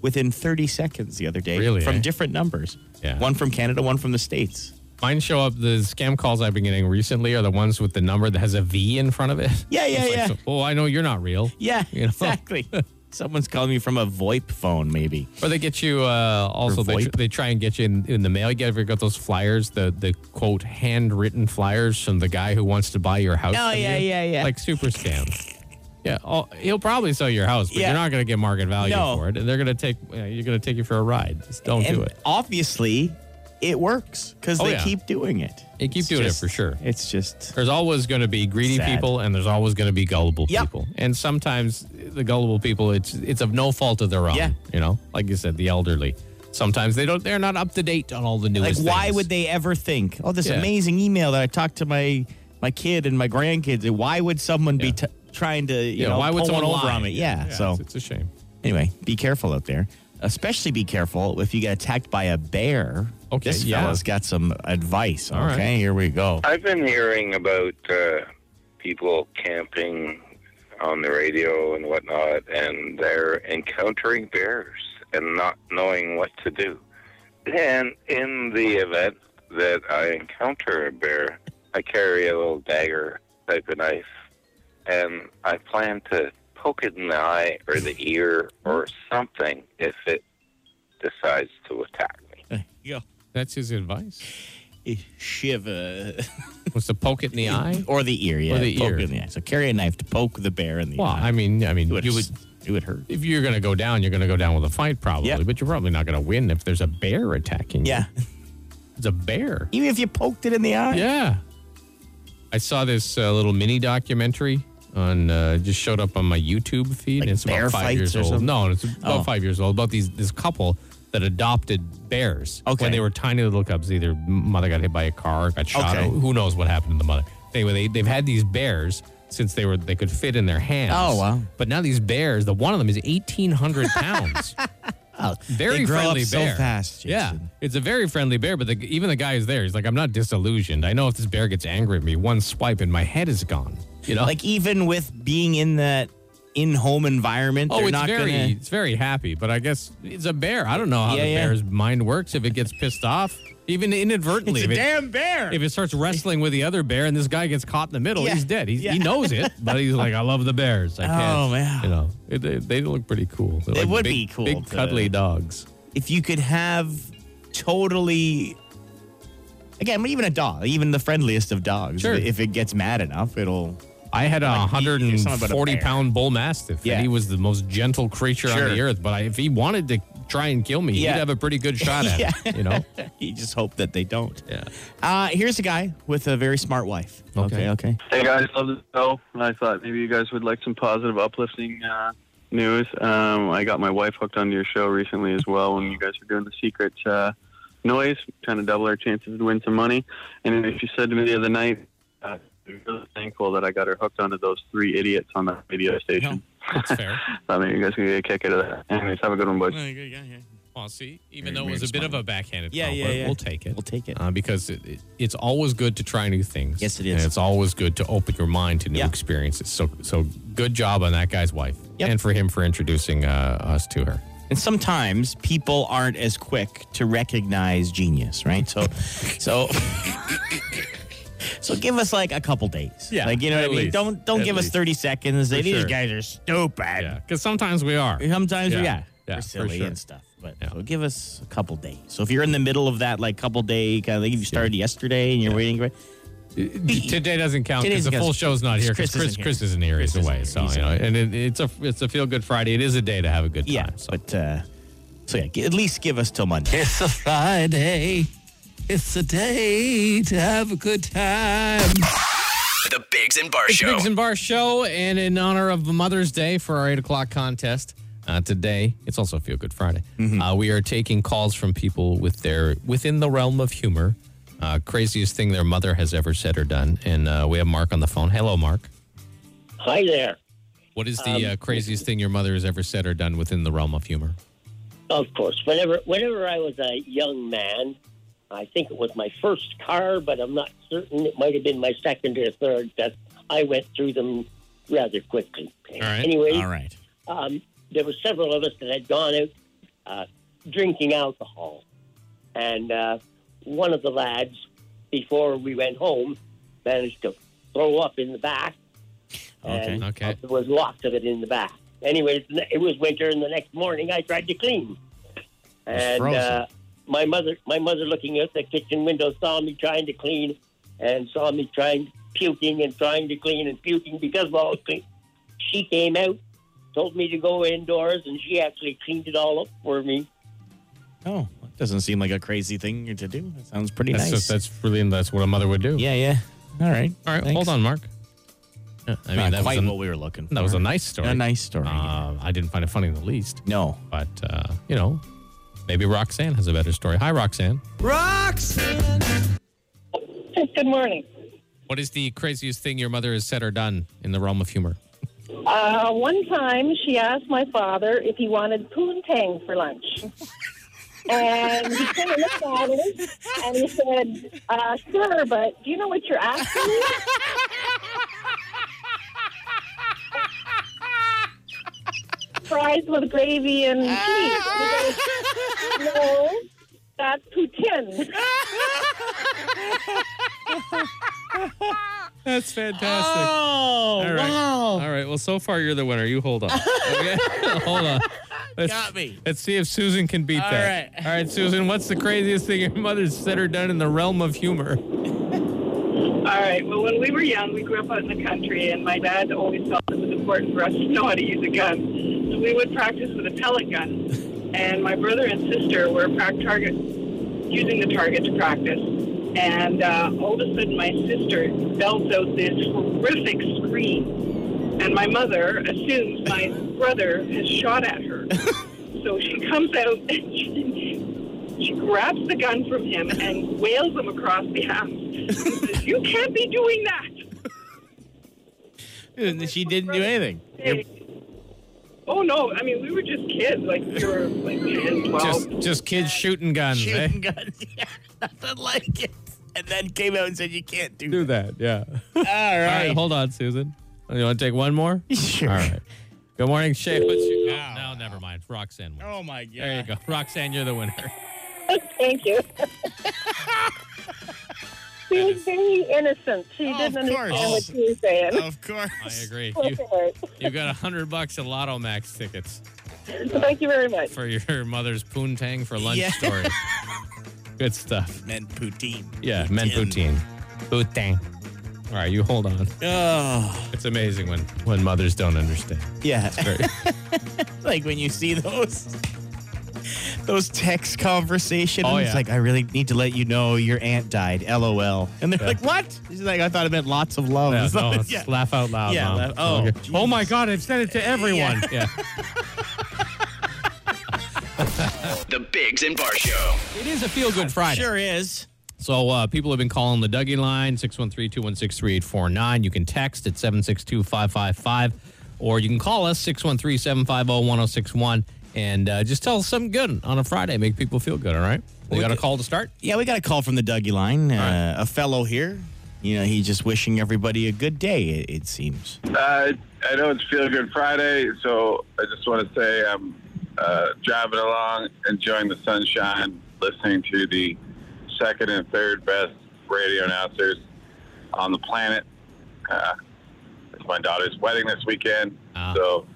S3: within 30 seconds the other day
S2: Really,
S3: from
S2: eh?
S3: different numbers
S2: Yeah.
S3: one from canada one from the states
S2: Mine show up. The scam calls I've been getting recently are the ones with the number that has a V in front of it.
S3: Yeah, yeah,
S2: It's like,
S3: yeah.
S2: so- oh, I know you're not real.
S3: yeah
S2: You know?
S3: exactly someone's calling me from a voip phone maybe
S2: Or they get you. Uh, also,
S3: Or
S2: they,
S3: VoIP.
S2: they try and get you in, in the mail. You ever got those flyers, the the quote handwritten flyers from the guy who wants to buy your house?
S3: Oh,
S2: from
S3: yeah,
S2: you?
S3: yeah, yeah.
S2: Like super scams. Yeah, oh, he'll probably sell your house, but
S3: Yeah.
S2: you're not going to get market value
S3: No.
S2: for it, and they're going to take you know, you're going to take you for a ride. Just don't
S3: and
S2: do it.
S3: obviously it works because
S2: Oh,
S3: they
S2: yeah.
S3: keep doing it
S2: They keep
S3: It's
S2: doing
S3: just-
S2: it for sure.
S3: it's just
S2: There's always going to be greedy
S3: Sad.
S2: people, and there's always going to be gullible
S3: Yep.
S2: people. And sometimes the gullible people, it's it's of no fault of their own.
S3: Yeah.
S2: You know, like you said, the elderly. Sometimes they don't. They're not up to date on all the
S3: like
S2: newest.
S3: why
S2: things.
S3: would they ever think oh this
S2: Yeah.
S3: amazing email that i talked to my my kid and my grandkids why would someone be t- trying to you
S2: Yeah,
S3: know
S2: why would
S3: pull
S2: someone
S3: one over
S2: lie?
S3: on me yeah, so
S2: it's, it's a shame.
S3: anyway be careful out there especially be careful if you get attacked by a bear
S2: Okay,
S3: this
S2: yeah.
S3: fella's got some advice
S2: All right.
S3: okay here we go
S15: I've been hearing about uh, people camping on the radio and whatnot, and they're encountering bears and not knowing what to do. And in the event that I encounter a bear, I carry a little dagger type of knife, and I plan to poke it in the eye or the ear or something if it decides to attack me.
S3: yeah
S2: That's his advice.
S3: shiver
S2: Was to poke it in the eye?
S3: uh, or the ear yeah
S2: Or the
S3: poke
S2: ear.
S3: it in the eye. so carry a knife to poke the bear in the
S2: Well,
S3: eye
S2: I mean, I mean,
S3: it would,
S2: you would.
S3: it would hurt
S2: If you're going to go down, you're going to go down with a fight, probably.
S3: Yeah.
S2: But you're probably not going to win if there's a bear attacking. you.
S3: yeah
S2: it's a bear.
S3: even if you poked it in the eye
S2: Yeah. I saw this uh, little mini documentary on uh, just showed up on my YouTube feed.
S3: Like
S2: and it's
S3: bear
S2: about five
S3: fights
S2: years
S3: or
S2: old.
S3: something?
S2: No, it's about
S3: Oh.
S2: five years old. About these this couple that adopted bears
S3: Okay.
S2: when they were tiny little cubs. Either mother got hit by a car, got shot.
S3: Okay.
S2: or Who knows what happened to the mother? Anyway, they, they've had these bears since they were they could fit in their hands.
S3: Oh, wow.
S2: But now these bears, the one of them is eighteen hundred pounds. Very
S3: Oh, They grow
S2: friendly
S3: up so
S2: bear.
S3: fast,
S2: Yeah,
S3: Jason.
S2: it's a very friendly bear. But the, even the guy is there. He's like, I'm not disillusioned. I know if this bear gets angry at me, one swipe and my head is gone. You know,
S3: like even with being in that in-home environment,
S2: oh,
S3: they're
S2: it's
S3: not
S2: very,
S3: gonna.
S2: it's very happy. But I guess it's a bear. I don't know how
S3: Yeah,
S2: the
S3: yeah.
S2: bear's mind works. If it gets pissed off, even inadvertently, if, it,
S3: bear.
S2: if it starts wrestling with the other bear and this guy gets caught in the middle,
S3: Yeah,
S2: he's dead. He's,
S3: yeah.
S2: He knows it, but he's like, I love the bears. I can't.
S3: Oh, man.
S2: you know, it, it- they look pretty cool. They're
S3: They
S2: like
S3: would
S2: big-
S3: be cool
S2: Big
S3: to-
S2: cuddly dogs.
S3: If you could have totally, again, even a dog, even the friendliest of dogs,
S2: Sure.
S3: if it gets mad enough, it'll.
S2: I had a
S3: Like,
S2: hundred
S3: he-
S2: and
S3: he's something about a
S2: forty
S3: bear.
S2: pound bull mastiff,
S3: Yeah.
S2: and he was the most gentle creature
S3: Sure.
S2: on the earth. But I, if he wanted to try and kill me,
S3: Yeah.
S2: he'd have a pretty good shot at it. You know,
S3: You just hope that they don't.
S2: yeah.
S3: Uh, here's a guy with a very smart wife.
S2: Okay.
S3: okay. okay.
S16: Hey guys, love the show. And I thought maybe you guys would like some positive, uplifting uh, news. Um, I got my wife hooked onto your show recently as well when you guys were doing the secret uh, noise, kind of double our chances to win some money. And then she said to me the other night, uh, I'm really thankful that I got her hooked onto those three idiots on that radio station.
S2: That's fair.
S16: I think you guys can get a kick out of that. Anyways, have a good one, boys.
S2: Well, see, even
S3: Very
S2: though it was a
S3: very
S2: bit of
S3: smart.
S2: a backhanded
S3: Yeah, yeah,
S2: but
S3: yeah.
S2: we'll take it
S3: We'll take it.
S2: uh, because it, it, it's always good to try new things.
S3: Yes, it
S2: And
S3: is.
S2: it's always good to open your mind to new
S3: Yeah.
S2: experiences. So, so good job on that guy's wife,
S3: Yep.
S2: and for him for introducing uh, us to her.
S3: And sometimes people aren't as quick to recognize genius, right? So, so. So give us like a couple days.
S2: Yeah,
S3: like you know what
S2: at
S3: I mean.
S2: least.
S3: don't don't
S2: At
S3: give us
S2: least.
S3: thirty seconds.
S2: For
S3: Say These
S2: sure.
S3: guys are stupid.
S2: Yeah, because sometimes we are.
S3: Sometimes, yeah,
S2: yeah,
S3: we're
S2: for
S3: silly
S2: sure.
S3: and stuff. But so give us a couple days. So if you're in the middle of that like couple day kind of thing, if you started yesterday and you're waiting, right?
S2: Uh, Today doesn't count
S3: Today
S2: because the
S3: doesn't
S2: full
S3: count.
S2: show's not here.
S3: Chris
S2: Because Chris,
S3: isn't here.
S2: Chris isn't here. He's
S3: Chris isn't
S2: away.
S3: here.
S2: So
S3: He's
S2: you know,
S3: away.
S2: and it, it's a it's a feel good Friday. It is a day to have a good time.
S3: Yeah,
S2: so.
S3: but uh, so yeah, g- at least give us till Monday.
S17: It's a Friday. It's a day to have a good time.
S9: The Bigs and Bar
S2: It's
S9: Show.
S2: Biggs and Bar Show, and in honor of Mother's Day for our 8 o'clock contest uh, today, it's also Feel Good Friday. Uh, we are taking calls from people with their within the realm of humor, uh, craziest thing their mother has ever said or done. And uh, we have Mark on the phone. Hello, Mark.
S8: Hi there.
S2: What is
S3: Um,
S2: the uh, craziest thing your mother has ever said or done within the realm of humor?
S8: Of course, whenever whenever I was a young man, I think it was my first car, but I'm not certain. It might have been my second or third. That I went through them rather quickly. All
S3: right.
S8: Anyway,
S3: All right.
S8: um, there were several of us that had gone out uh, drinking alcohol, and uh, one of the lads, before we went home, managed to throw up in the back.
S2: Okay.
S8: And
S2: Okay.
S8: There was lots of it in the back. Anyways, it was winter, and the next morning I tried to clean,
S2: was
S8: and
S2: frozen.
S8: uh, my mother, my mother, looking out the kitchen window, saw me trying to clean, and saw me trying puking and trying to clean and puking because of all the clean. She came out, told me to go indoors, and she actually cleaned it all up for me.
S3: Oh, it doesn't seem like a crazy thing to do. That sounds pretty
S2: that's
S3: nice.
S2: that's really that's what a mother would do.
S3: yeah, yeah. All right.
S2: All right.
S3: Thanks.
S2: Hold on, Mark. Yeah, I mean,
S3: Not
S2: that
S3: quite
S2: was a,
S3: what we were looking for.
S2: that was a nice story.
S3: A nice story.
S2: Uh, I didn't find it funny in the least.
S3: No.
S2: But, uh, you know, maybe Roxanne has a better story. Hi, Roxanne.
S18: Roxanne. Good morning.
S2: What is the craziest thing your mother has said or done in the realm of humor?
S18: Uh, one time she asked my father if he wanted poontang for lunch. And he kind of looked at her and he said, uh, Sir, but do you know what you're asking me? Fries with gravy and cheese. And he goes, no, that's poutine.
S2: That's fantastic. Oh,
S3: wow.
S2: All right. Well, so far you're the winner. You hold on. Okay? hold on. Let's,
S3: Got me.
S2: Let's see if Susan can beat
S3: All
S2: that. All right, Susan, what's the craziest thing your mother's said or done in the realm of humor?
S19: All right. Well, when we were young, we grew up out in the country, and my dad always felt it was important for us to know how to use a gun. So we would practice with a pellet gun, and my brother and sister were prac- target using the target to practice. And uh, all of a sudden, my sister belts out this horrific scream, and my mother assumes my brother has shot at her. So she comes out and she, she grabs the gun from him and wails him across the house. She says, you can't be doing that.
S3: And she didn't do anything.
S19: Oh no! I mean, we were just kids. Like we were like 10, 12.
S2: Just just kids shooting guns. eh?
S3: Shooting guns. Yeah, nothing like it. And then came out and said, You can't do,
S2: Do that. Yeah.
S3: that. All
S2: All
S3: right.
S2: right, hold on, Susan. You want to take one more?
S3: Sure.
S2: All right. Good morning, Shay. What's your, oh, no, never mind. Roxanne. Wins.
S3: Oh, my God.
S2: There you go. Roxanne, you're the winner.
S18: Thank you. she was very innocent. She didn't
S3: Oh, of course. Uh,
S18: understand what she was saying.
S3: Of course.
S2: I agree. You,
S18: Bless her.
S2: you got a hundred bucks of Lotto Max tickets
S18: Thank you very much.
S2: for your mother's poontang for lunch
S3: Yeah.
S2: story. Good stuff.
S3: Men poutine.
S2: Yeah, men poutine. Poutine. All right, you hold on.
S3: Oh,
S2: It's amazing when when mothers don't understand.
S3: yeah.
S2: It's very,
S3: like when you see those those text conversations.
S2: Oh, yeah.
S3: It's like, I really need to let you know your aunt died. LOL. And they're
S2: Yeah.
S3: like, what? She's like, I thought it meant lots of love.
S2: yeah,
S3: or
S2: no,
S3: something.
S2: it's
S3: yeah.
S2: laugh out loud.
S3: Yeah,
S2: Mom.
S3: laugh- oh,
S2: Okay. oh my God, I've sent it to everyone. yeah.
S9: The Bigs and Bar Show.
S2: It is a feel good Friday.
S3: Sure is.
S2: So uh, people have been calling the Dougie line, 613-216-3849. You can text at 762-555, or you can call us, oh, 613-750-1061, and uh, just tell us something good on a Friday. Make people feel good, all right? We got a call to start?
S3: Yeah, we got a call from the Dougie line. Uh, a fellow here. You know, he's just wishing everybody a good day, it, it seems.
S15: Uh, I know it's Feel Good Friday, so I just want to say I'm
S20: uh, driving along, enjoying the sunshine, listening to the second and third best radio announcers on the planet. Uh, it's my daughter's wedding this weekend, so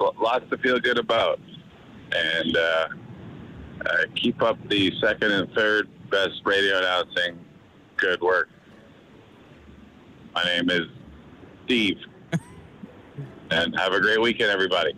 S20: lo- lots to feel good about. And uh, uh, keep up the second and third best radio announcing. Good work. My name is Steve. and have a great weekend, everybody.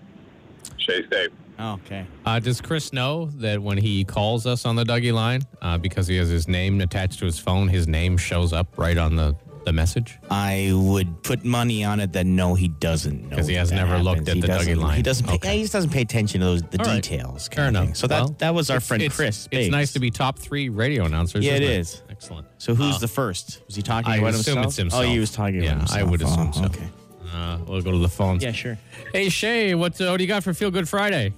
S20: Stay safe.
S3: Okay.
S2: Uh, does Chris know that when he calls us on the Dougie line, uh, because he has his name attached to his phone, his name shows up right on the, the message?
S3: I would put money on it that no, he doesn't know.
S2: Because he
S3: that
S2: has
S3: that
S2: never looked
S3: happens.
S2: at
S3: He
S2: the Dougie
S3: doesn't-
S2: line.
S3: He doesn't. Pay,
S2: Okay.
S3: yeah, he just doesn't pay attention to those the
S2: All right.
S3: details. kind
S2: Fair
S3: of thing.
S2: enough.
S3: So
S2: Well,
S3: that that was our
S2: it's-
S3: friend
S2: it's-
S3: Chris.
S2: It's nice to be top three radio announcers.
S3: Yeah, it
S2: isn't
S3: is.
S2: Excellent.
S3: So who's
S2: Uh,
S3: the first? Was he talking
S2: I
S3: about
S2: assume
S3: himself?
S2: it's himself.
S3: Oh, he was talking
S2: yeah,
S3: about himself.
S2: I would
S3: Oh,
S2: assume so.
S3: Okay.
S2: Uh, we'll go to the phones.
S3: Yeah, sure.
S2: Hey, Shay, what, uh, what do you got for Feel Good Friday?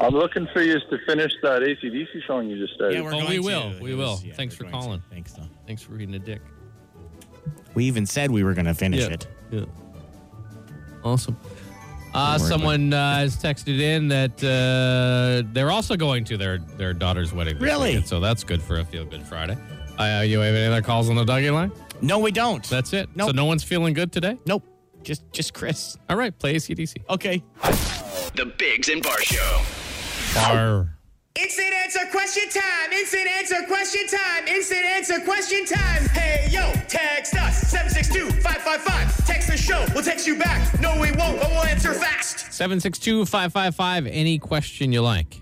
S21: I'm looking for you to finish that ACDC song you just started.
S2: Oh, we will. We will. Thanks for calling.
S3: Thanks, though.
S2: Thanks for reading the dick.
S3: We even said we were going to finish
S2: Yeah.
S3: it.
S2: Yeah. Awesome. Uh,
S3: Don't worry
S2: someone uh, has texted in that uh, they're also going to their, their daughter's wedding. this
S3: Really?
S2: weekend, so that's good for a Feel Good Friday. Uh, you have any other calls on the Dougie line?
S3: No, we don't.
S2: That's it.
S3: Nope.
S2: So no one's feeling good today?
S3: Nope. Just just Chris.
S2: All right, play ACDC.
S3: Okay.
S9: The Bigs and Bar Show.
S2: Bar.
S10: Instant answer question time. Instant answer question time. Instant answer question time. Hey yo, text us 762-555. Text the show. We'll text you back. No, we won't, but we'll answer fast.
S2: 762 555, any question you like.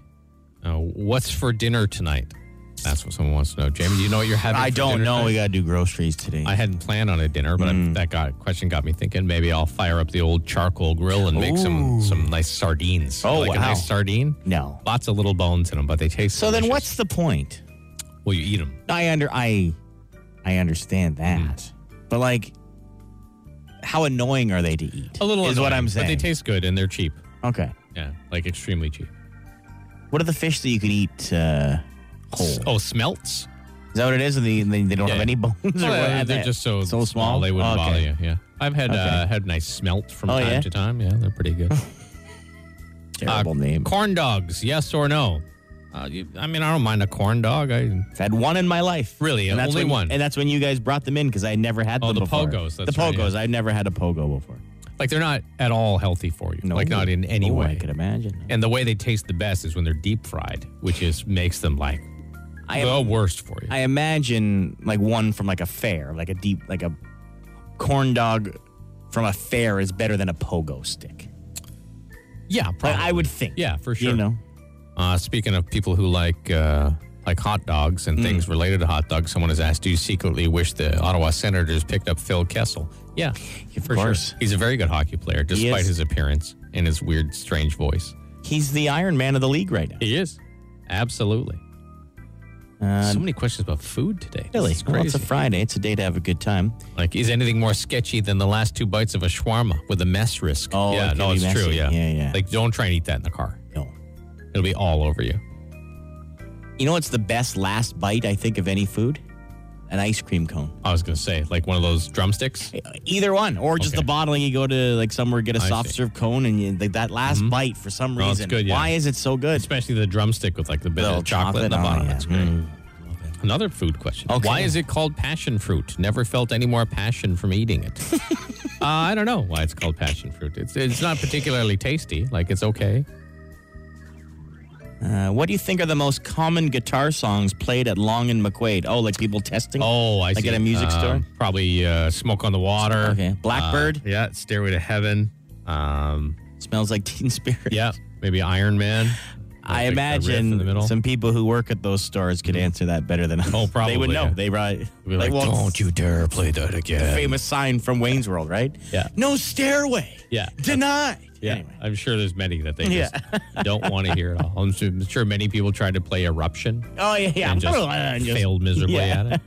S2: Uh, what's for dinner tonight? That's what someone wants to know. Jamie, do you know Hmm. what you're having?
S3: I
S2: for
S3: don't
S2: dinner
S3: know.
S2: tonight?
S3: We got to do groceries today.
S2: I hadn't planned on a dinner, but I- that got question got me thinking. Maybe I'll fire up the old charcoal grill and make some some nice sardines.
S3: Oh,
S2: like a
S3: wow.
S2: nice sardine.
S3: no.
S2: Lots of little bones in them, but they taste.
S3: So then,
S2: delicious.
S3: what's the point?
S2: Well, you eat them.
S3: I under I, I understand that,
S2: Hmm.
S3: but like, how annoying are they to eat?
S2: A little
S3: is what
S2: annoying,
S3: I'm saying.
S2: But they taste good and they're cheap.
S3: okay.
S2: Yeah, like extremely cheap.
S3: What are the fish that you can eat uh, whole? Is
S2: Oh, smelts.
S3: that what it is? And they, they, they don't
S2: Yeah.
S3: have any bones. or
S2: Well,
S3: what?
S2: they're just so,
S3: so small?
S2: They wouldn't
S3: Okay.
S2: bother you. Yeah, I've had uh,
S3: Okay.
S2: had nice smelt from
S3: Oh,
S2: time
S3: yeah?
S2: to time. Yeah, they're pretty good. Uh,
S3: terrible name.
S2: corn dogs, yes or no? Uh, you, I mean, I don't mind a corn dog. I
S3: I've had one in my life.
S2: Really?
S3: and that's
S2: Only
S3: when-
S2: one?
S3: And that's when you guys brought them in because I never had
S2: Oh,
S3: them
S2: the
S3: before.
S2: pogos, that's
S3: the
S2: right,
S3: pogos.
S2: yeah.
S3: I've never had a pogo before.
S2: Like they're not at all healthy for you.
S3: No.
S2: Like not in any
S3: Oh, I
S2: way.
S3: could imagine.
S2: And the way they taste the best is when they're deep fried, which is makes them like
S3: I
S2: the worst for you.
S3: I imagine like one from like a fair, like a deep, like a corn dog from a fair is better than a pogo stick.
S2: yeah,
S3: But
S2: probably.
S3: I would think.
S2: Yeah, for sure.
S3: You know,
S2: Uh, speaking of people who like uh, like hot dogs
S3: Mm.
S2: and things related to hot dogs, someone has asked, "Do you secretly wish the Ottawa Senators picked up Phil Kessel?" Yeah,
S3: Of
S2: for
S3: course.
S2: sure. He's a very good hockey player, despite
S3: is.
S2: his appearance and his weird, strange voice.
S3: he's the Iron Man of the league right now.
S2: He is absolutely.
S3: Uh,
S2: so many questions about food today. This
S3: really,
S2: is
S3: well, it's
S2: crazy.
S3: a Friday. It's a day to have a good time.
S2: Like, is anything more sketchy than the last two bites of a shawarma with a mess risk?
S3: Oh, it
S2: yeah,
S3: could
S2: no,
S3: be
S2: it's
S3: messy.
S2: true. Yeah.
S3: Yeah, yeah.
S2: Like, don't try and eat that in the car.
S3: No.
S2: It'll be all over you.
S3: You know what's the best last bite I think of any food? An ice cream cone.
S2: I was going to say, like one of those drumsticks.
S3: Either one, or just
S2: Okay.
S3: the bottling. You go to like somewhere, get a
S2: I
S3: soft
S2: see.
S3: serve cone, and you, like that last bite for some
S2: No,
S3: reason.
S2: it's good, yeah.
S3: Why is it so good?
S2: Especially the drumstick with like the bit
S3: Little
S2: of chocolate in the
S3: chocolate,
S2: bottom.
S3: oh, yeah.
S2: That's great. Another food question.
S3: Okay.
S2: Why is it called passion fruit? Never felt any more passion from eating it. uh, I don't know why it's called passion fruit. It's, it's not particularly tasty. Like, it's okay.
S3: Uh, what do you think are the most common guitar songs played at Long and McQuaid? Oh, like people testing?
S2: Oh, I
S3: Like
S2: see.
S3: at a
S2: Um,
S3: music store?
S2: Probably uh, Smoke on the Water.
S3: Okay. Blackbird?
S2: Uh, yeah. Stairway to Heaven. Um,
S3: Smells like Teen Spirit.
S2: yeah. Maybe Iron Man.
S3: I
S2: Like the riff in the
S3: imagine
S2: middle. Mm-hmm.
S3: some people who work at those stores could answer that better than us.
S2: Oh,
S3: They would
S2: probably,
S3: know.
S2: yeah.
S3: They right.
S2: Be like,
S3: well,
S2: don't you dare play that
S3: the
S2: again.
S3: famous sign from Wayne's World, right?
S2: Yeah.
S3: No stairway.
S2: Yeah.
S3: Denied.
S2: Yeah,
S3: Anyway.
S2: I'm sure there's many that they
S3: Yeah.
S2: just don't want to hear at all. I'm sure, I'm sure many people tried to play Eruption
S3: Oh yeah, yeah.
S2: and just
S3: And just-
S2: failed miserably
S3: Yeah.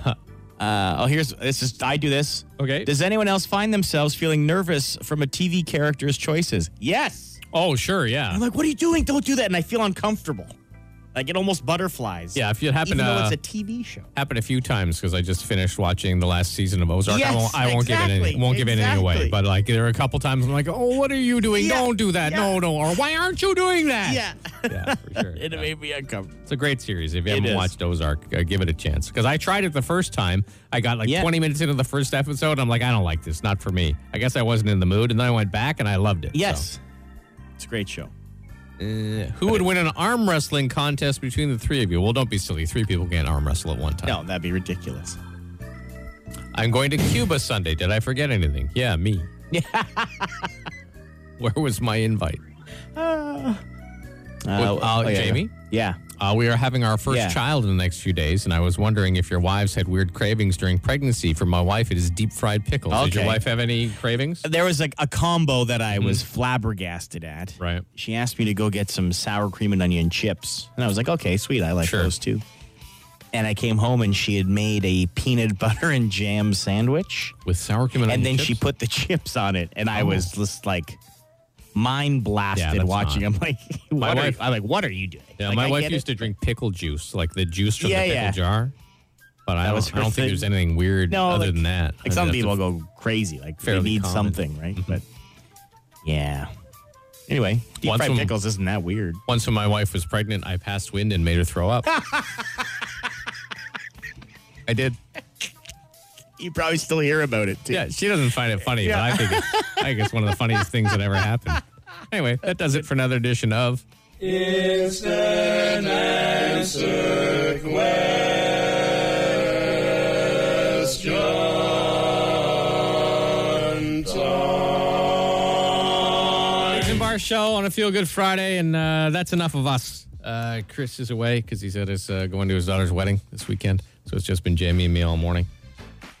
S2: at it.
S3: Uh, oh, here's this is I do this.
S2: Okay.
S3: Does anyone else find themselves feeling nervous from a TV character's choices? Yes.
S2: Oh, sure, yeah.
S3: I'm like, what are you doing? Don't do that. And I feel uncomfortable. Like it almost butterflies.
S2: Yeah, if you happen
S3: even
S2: to-
S3: though it's a TV show.
S2: Happened a few times because I just finished watching the last season of Ozark.
S3: Yes,
S2: I won't, I won't give it any,
S3: exactly,
S2: won't give anything away.
S3: exactly.
S2: But like there are a couple times I'm like, oh, what are you doing?
S3: Yeah,
S2: Don't do that.
S3: yeah.
S2: No, no. Or why aren't you doing that?
S3: Yeah.
S2: yeah, for sure.
S3: It made me uncomfortable.
S2: It's a great series. If you
S3: It
S2: haven't
S3: is.
S2: watched Ozark, uh, give it a chance. Because I tried it the first time. I got like
S3: Yeah.
S2: 20 minutes into the first episode. And I'm like, I don't like this. Not for me. I guess I wasn't in the mood. And then I went back and I loved it.
S3: Yes. It's a great show.
S2: Who would win an arm wrestling contest between the three of you? Well, don't be silly. Three people can't arm wrestle at one time.
S3: No, that'd be ridiculous.
S2: I'm going to Cuba Sunday. Did I forget anything? Yeah, me. Where was my invite?
S3: Uh,
S2: Well, uh,
S3: yeah,
S2: Jamie?
S3: Yeah.
S2: Uh, we are having our first
S3: Yeah.
S2: child in the next few days, and I was wondering if your wives had weird cravings during pregnancy. For my wife, it is deep fried pickles. Did your
S3: Okay.
S2: wife have any cravings?
S3: There was like a combo that I was flabbergasted at.
S2: Mm. Right.
S3: She asked me to go get some sour cream and onion chips. And I was like, okay, sweet. I like those too. And I came home and she had made a peanut butter and jam sandwich.
S2: With sour cream and, onion
S3: then
S2: chips?
S3: she put the chips on it. And I
S2: Oh.
S3: was just like mind blasted
S2: that's
S3: watching.
S2: not-
S3: I'm like,
S2: My
S3: what are,
S2: wife-
S3: I'm like, what are you doing?
S2: Yeah,
S3: Like,
S2: my
S3: I
S2: wife
S3: get
S2: used
S3: it.
S2: to drink pickle juice, like the juice from
S3: Yeah,
S2: the pickle
S3: yeah.
S2: jar. But I
S3: That was
S2: don't, I
S3: her
S2: don't think
S3: thing.
S2: there's anything weird
S3: No,
S2: other
S3: like-
S2: than that. I
S3: Like
S2: mean,
S3: some
S2: that's a-
S3: people go crazy. Like they
S2: fairly
S3: need
S2: common. Mm-hmm.
S3: something, right? But yeah. Anyway, deep
S2: Once
S3: fried
S2: when-
S3: pickles isn't that weird.
S2: Once when my wife was pregnant, I passed wind and made her throw up. I did.
S3: You probably still hear about it too.
S2: Yeah, she doesn't find it funny, but I think it's, I think it's one of the funniest things that ever happened. Anyway, that does it for another edition of
S10: It's an answer question
S2: Bigs and Bar Show on a Feel Good Friday, and uh, that's enough of us. Uh, Chris is away because he's at his uh, going to his daughter's wedding this weekend, so it's just been Jamie and me all morning.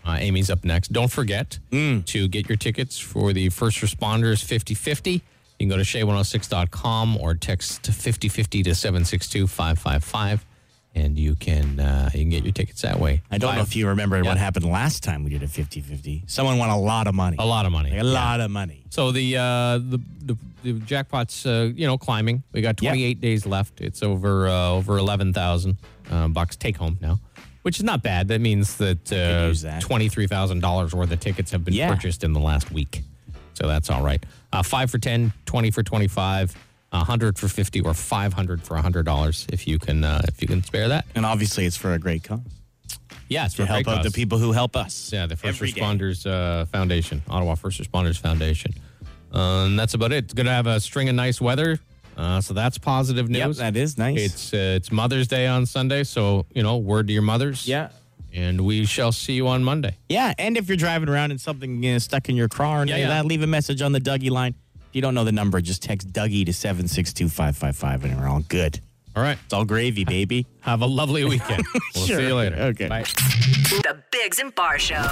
S2: Uh, Amy's up next. Don't forget
S3: Mm.
S2: to get your tickets for the First Responders 5050. You can go to shay106.com or text 5050 to 762 555, and you can uh, you can get your tickets that way.
S3: I don't know
S2: Five-
S3: if you remember
S2: Yeah.
S3: what happened last time we did a 50 50. Someone won a lot of money.
S2: a lot of money.
S3: Like a lot of money.
S2: So the uh, the, the the jackpot's uh, you know climbing. We got 28 days left. It's over uh, over 11,000 uh, bucks take home now, which is not bad. That means that, uh,
S3: use that.
S2: $23,000 worth of tickets have been
S3: Yeah.
S2: purchased in the last week. So that's all right. Uh, 5 for 10, 20 for 25, 100 for 50 or 500 for $100 if you can uh, if you can spare that.
S3: And obviously, it's for a great cause
S2: Yeah, it's
S3: to
S2: for
S3: help
S2: great
S3: out the
S2: cause.
S3: people who help us.
S2: Yeah, the First
S3: Every day.
S2: Responders uh, Foundation, Ottawa First Responders Foundation. Um, that's about it. It's going to have a string of nice weather. Uh, so that's positive
S3: Yep,
S2: news.
S3: that is nice.
S2: It's uh, it's Mother's Day on Sunday, so you know, word to your mothers.
S3: yeah.
S2: and we shall see you on Monday.
S3: Yeah. And if you're driving around and something is stuck in your car, and
S2: Yeah,
S3: all
S2: yeah.
S3: that, leave a message on the Dougie line. If you don't know the number, just text Dougie to 762 555 and we're all good.
S2: All right,
S3: It's all gravy, baby.
S2: have a lovely weekend. we'll
S3: Sure.
S2: see you later.
S3: Okay.
S2: Bye.
S6: The Bigs and Bar Show.